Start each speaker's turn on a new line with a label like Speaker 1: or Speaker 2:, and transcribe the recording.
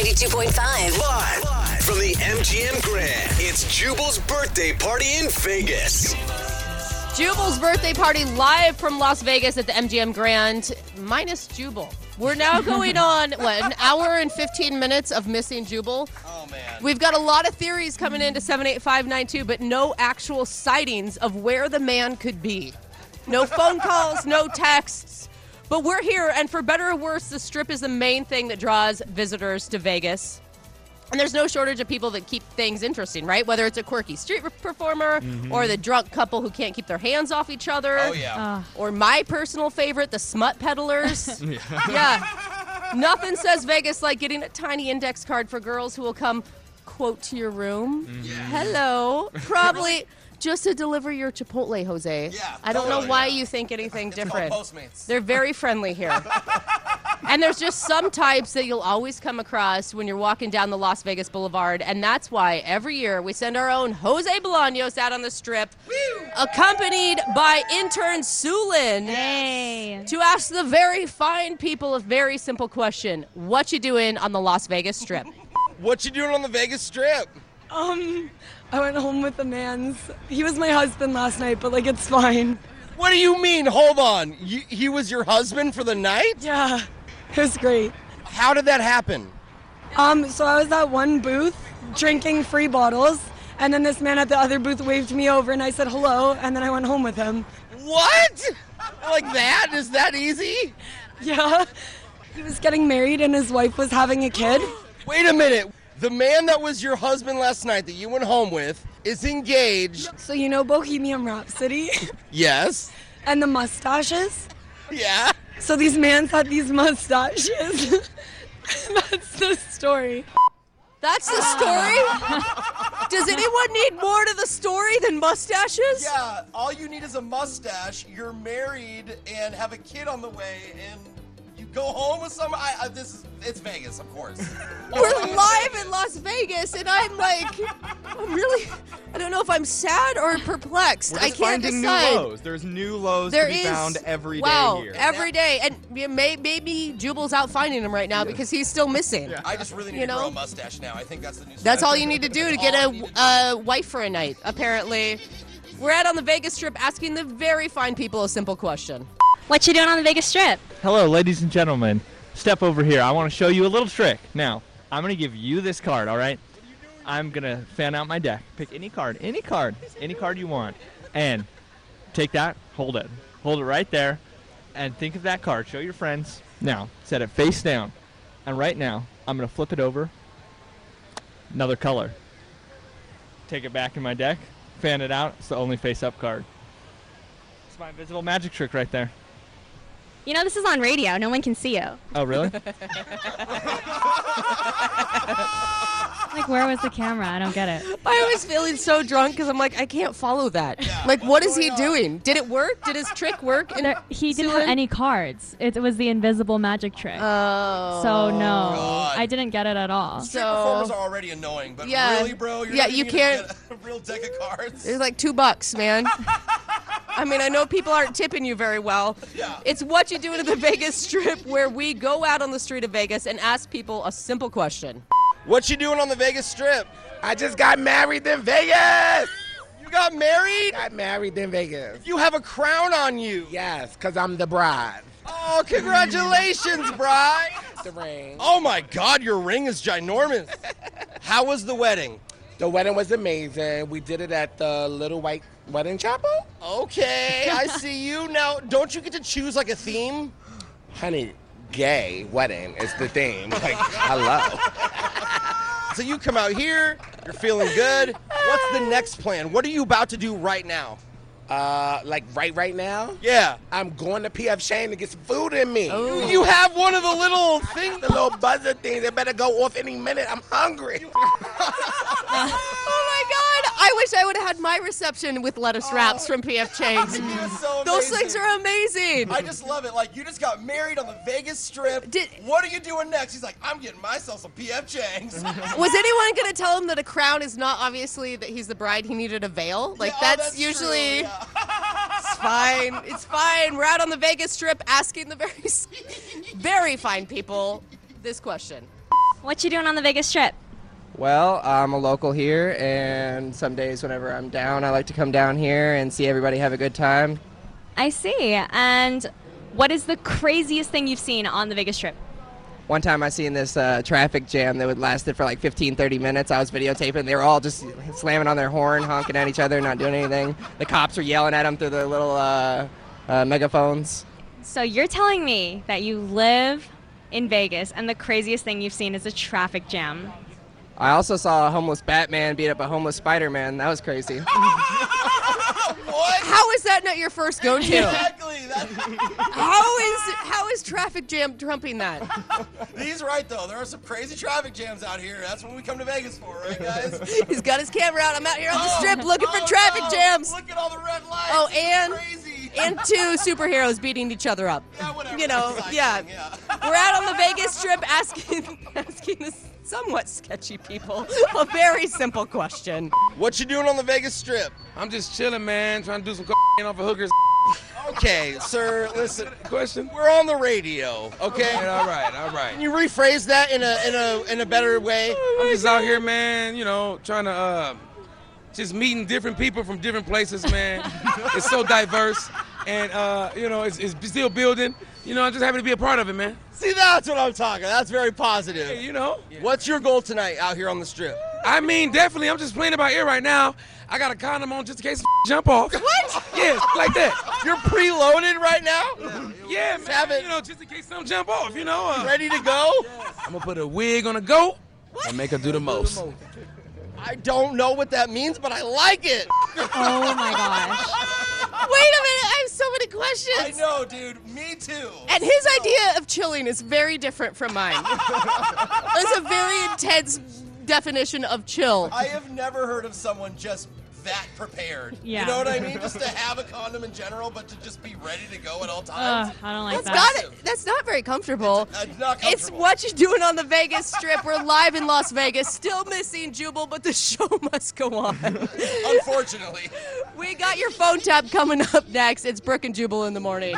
Speaker 1: 92.5.
Speaker 2: Live from the MGM Grand, it's Jubal's birthday party in Vegas.
Speaker 3: Jubal's birthday party live from Las Vegas at the MGM Grand, minus Jubal. We're now going on, what, an hour and 15 minutes of missing Jubal? Oh, man. We've got a lot of theories coming into 78592, but no actual sightings of where the man could be. No phone calls, no texts. But we're here, and for better or worse, the strip is the main thing that draws visitors to Vegas. And there's no shortage of people that keep things interesting, right? Whether it's a quirky street re- performer or the drunk couple who can't keep their hands off each other. Mm-hmm. Oh, yeah. Or my personal favorite, the smut peddlers. yeah. Nothing says Vegas like getting a tiny index card for girls who will come, quote, to your room. Hello. Probably just to deliver your Chipotle, Jose.
Speaker 4: Yeah,
Speaker 3: I don't know
Speaker 4: totally.
Speaker 3: why you think anything different.
Speaker 4: Postmates.
Speaker 3: They're very friendly here. and there's just some types that you'll always come across when you're walking down the Las Vegas Boulevard. And that's why every year we send our own Jose Bolaños out on the strip, accompanied by intern Sulin, to ask the very fine people a very simple question What you doing on the Las Vegas Strip?
Speaker 4: What you doing on the Vegas Strip?
Speaker 5: Um, I went home with the man's. He was my husband last night, but like it's fine.
Speaker 4: What do you mean? Hold on. You, he was your husband for the night?
Speaker 5: Yeah, it was great.
Speaker 4: How did that happen?
Speaker 5: Um, so I was at one booth drinking free bottles, and then this man at the other booth waved me over, and I said hello, and then I went home with him.
Speaker 4: What? Like that? Is that easy?
Speaker 5: Yeah, he was getting married, and his wife was having a kid.
Speaker 4: Wait a minute. The man that was your husband last night that you went home with is engaged.
Speaker 5: So you know Bohemian Rhapsody
Speaker 4: Yes.
Speaker 5: and the mustaches.
Speaker 4: Yeah.
Speaker 5: So these mans had these mustaches. That's the story.
Speaker 3: That's the story? Does anyone need more to the story than mustaches?
Speaker 6: Yeah, all you need is a mustache. You're married and have a kid on the way, and you go home with some. I, I, this is it's Vegas, of course.
Speaker 3: We're live in Las Vegas, and I'm like, I'm really, I don't know if I'm sad or perplexed.
Speaker 7: We're
Speaker 3: I
Speaker 7: just
Speaker 3: can't
Speaker 7: finding
Speaker 3: decide.
Speaker 7: new lows. There's new lows
Speaker 3: There
Speaker 7: to be
Speaker 3: is
Speaker 7: found every day
Speaker 3: wow,
Speaker 7: here.
Speaker 3: every day, and you may, maybe Jubal's out finding him right now because he's still missing.
Speaker 6: I just really need
Speaker 3: You
Speaker 6: to
Speaker 3: know?
Speaker 6: grow a mustache now. I think that's the new.
Speaker 3: That's all
Speaker 6: strategy.
Speaker 3: you need to do to
Speaker 6: All
Speaker 3: get
Speaker 6: I need to do.
Speaker 3: a, a wife for a night, apparently. We're out on the Vegas Strip asking the very fine people a simple question.
Speaker 8: What you doing on the Vegas Strip?
Speaker 7: Hello, ladies and gentlemen. Step over here. I want to show you a little trick. Now, I'm going to give you this card, all right? I'm going to fan out my deck. Pick any card, any card, any card you want. And take that, hold it. Hold it right there. And think of that card. Show your friends. Now, set it face down. And right now, I'm going to flip it over. Another color. Take it back in my deck. Fan it out. It's the only face up card. It's my invisible magic trick right there.
Speaker 8: You know, this is on radio. No one can see you.
Speaker 7: Oh, really?
Speaker 8: Like, where was the camera? I don't get it.
Speaker 3: I was feeling so drunk because I'm like, I can't follow that. like, what is he doing? Did it work? Did his trick work? And
Speaker 9: There, he didn't have
Speaker 3: Sulan?
Speaker 9: any cards. It was the invisible magic trick.
Speaker 3: Oh.
Speaker 9: so no,
Speaker 6: God.
Speaker 9: I didn't get it at all.
Speaker 6: Street performers are already annoying, but
Speaker 3: Yeah.
Speaker 6: really, bro, you're
Speaker 3: Yeah,
Speaker 6: gonna
Speaker 3: you
Speaker 6: need to
Speaker 3: can't-
Speaker 6: get a real deck of cards.
Speaker 3: It's like two bucks, man. I mean, I know people aren't tipping you very well. It's what you do to the Vegas Strip where we go out on the street of Vegas and ask people a simple question.
Speaker 4: What you doing on the Vegas Strip?
Speaker 10: I just got married in Vegas.
Speaker 4: You got married?
Speaker 10: Got married in Vegas.
Speaker 4: You have a crown on you.
Speaker 10: Yes, because I'm the bride.
Speaker 4: Oh, congratulations, bride.
Speaker 10: The ring.
Speaker 4: Oh my God, your ring is ginormous. How was the wedding?
Speaker 10: The wedding was amazing. We did it at the Little White Wedding Chapel.
Speaker 4: Okay, I see you now. Don't you get to choose like a theme?
Speaker 10: Honey, gay wedding is the theme. Like, hello.
Speaker 4: So you come out here, you're feeling good. What's the next plan? What are you about to do right now?
Speaker 10: Uh, like, right right now,
Speaker 4: Yeah.
Speaker 10: I'm going to P.F. Shane to get some food in me.
Speaker 4: You have one of the little things.
Speaker 10: The little buzzer thing, they better go off any minute. I'm hungry.
Speaker 3: Oh my God! I wish I would have had my reception with lettuce wraps from PF Chang's.
Speaker 6: It was so
Speaker 3: Those
Speaker 6: amazing.
Speaker 3: things are amazing.
Speaker 6: I just love it. Like you just got married on the Vegas Strip.
Speaker 3: Did-
Speaker 6: what are you doing next? He's like, I'm getting myself some PF Chang's.
Speaker 3: Was anyone going to tell him that a crown is not obviously that he's the bride? He needed a veil? Like,
Speaker 6: Yeah, oh,
Speaker 3: that's,
Speaker 6: that's true,
Speaker 3: usually.
Speaker 6: yeah.
Speaker 3: It's fine. It's fine. We're out on the Vegas Strip asking the very, very fine people this question.
Speaker 8: What you doing on the Vegas trip?
Speaker 1: Well, I'm a local here, and some days whenever I'm down, I like to come down here and see everybody have a good time.
Speaker 8: I see. And what is the craziest thing you've seen on the Vegas trip?
Speaker 1: One time I seen this uh, traffic jam that would lasted for like 15, 30 minutes. I was videotaping. They were all just slamming on their horn, honking at each other, not doing anything. The cops were yelling at them through their little uh, uh, megaphones.
Speaker 8: So you're telling me that you live in Vegas and the craziest thing you've seen is a traffic jam.
Speaker 1: I also saw a homeless Batman beat up a homeless Spider-Man. That was crazy.
Speaker 3: What? How is that not your first go-to?
Speaker 6: Exactly.
Speaker 3: how is how is traffic jam trumping that?
Speaker 6: He's right though. There are some crazy traffic jams out here. That's what we come to Vegas for, right, guys?
Speaker 3: He's got his camera out. I'm out here on the
Speaker 6: Oh,
Speaker 3: strip looking
Speaker 6: oh,
Speaker 3: for traffic
Speaker 6: no.
Speaker 3: jams.
Speaker 6: Look at all the red lights.
Speaker 3: Oh,
Speaker 6: This is
Speaker 3: and
Speaker 6: crazy.
Speaker 3: and two superheroes beating each other up.
Speaker 6: Yeah, whatever.
Speaker 3: You know,
Speaker 6: Recycling,
Speaker 3: yeah.
Speaker 6: yeah.
Speaker 3: We're out on the Vegas Strip asking asking this somewhat sketchy people a very simple question.
Speaker 4: What you doing on the Vegas Strip?
Speaker 11: I'm just chilling, man, trying to do some off a hooker's.
Speaker 4: Okay, sir. Listen,
Speaker 11: question.
Speaker 4: We're on the radio, okay?
Speaker 11: all right, all right.
Speaker 4: Can you rephrase that in a in a in a better way?
Speaker 11: I'm just out here, man. You know, trying to uh, just meeting different people from different places, man. it's so diverse, and uh, you know, it's, it's still building. You know, I'm just happy to be a part of it, man.
Speaker 4: See, that's what I'm talking. That's very positive.
Speaker 11: you know.
Speaker 4: What's your goal tonight out here on the strip?
Speaker 11: I mean, definitely. I'm just playing it by ear right now. I got a condom on just in case jump off. What? Yeah, like that.
Speaker 4: You're preloaded right now.
Speaker 11: Yeah, man. You know, just in case something jump off. You know. Uh,
Speaker 4: Ready to go?
Speaker 11: I'm gonna put a wig on a goat and make her do the most.
Speaker 4: I don't know what that means, but I like it.
Speaker 8: Oh my gosh.
Speaker 3: Wait a minute, I have so many questions.
Speaker 6: I know, dude. Me too.
Speaker 3: And his idea of chilling is very different from mine. it's a very intense definition of chill.
Speaker 6: I have never heard of someone just that prepared.
Speaker 3: Yeah.
Speaker 6: You know what I mean? Just to have a condom in general, but to just be ready to go at all times.
Speaker 8: Ugh, I don't
Speaker 3: That's got it. That's not very comfortable.
Speaker 6: It's not
Speaker 3: It's
Speaker 6: comfortable.
Speaker 3: what you doing on the Vegas Strip. We're live in Las Vegas. Still missing Jubal, but the show must go on.
Speaker 6: Unfortunately.
Speaker 3: we got your phone tap coming up next. It's Brooke and Jubal in the morning.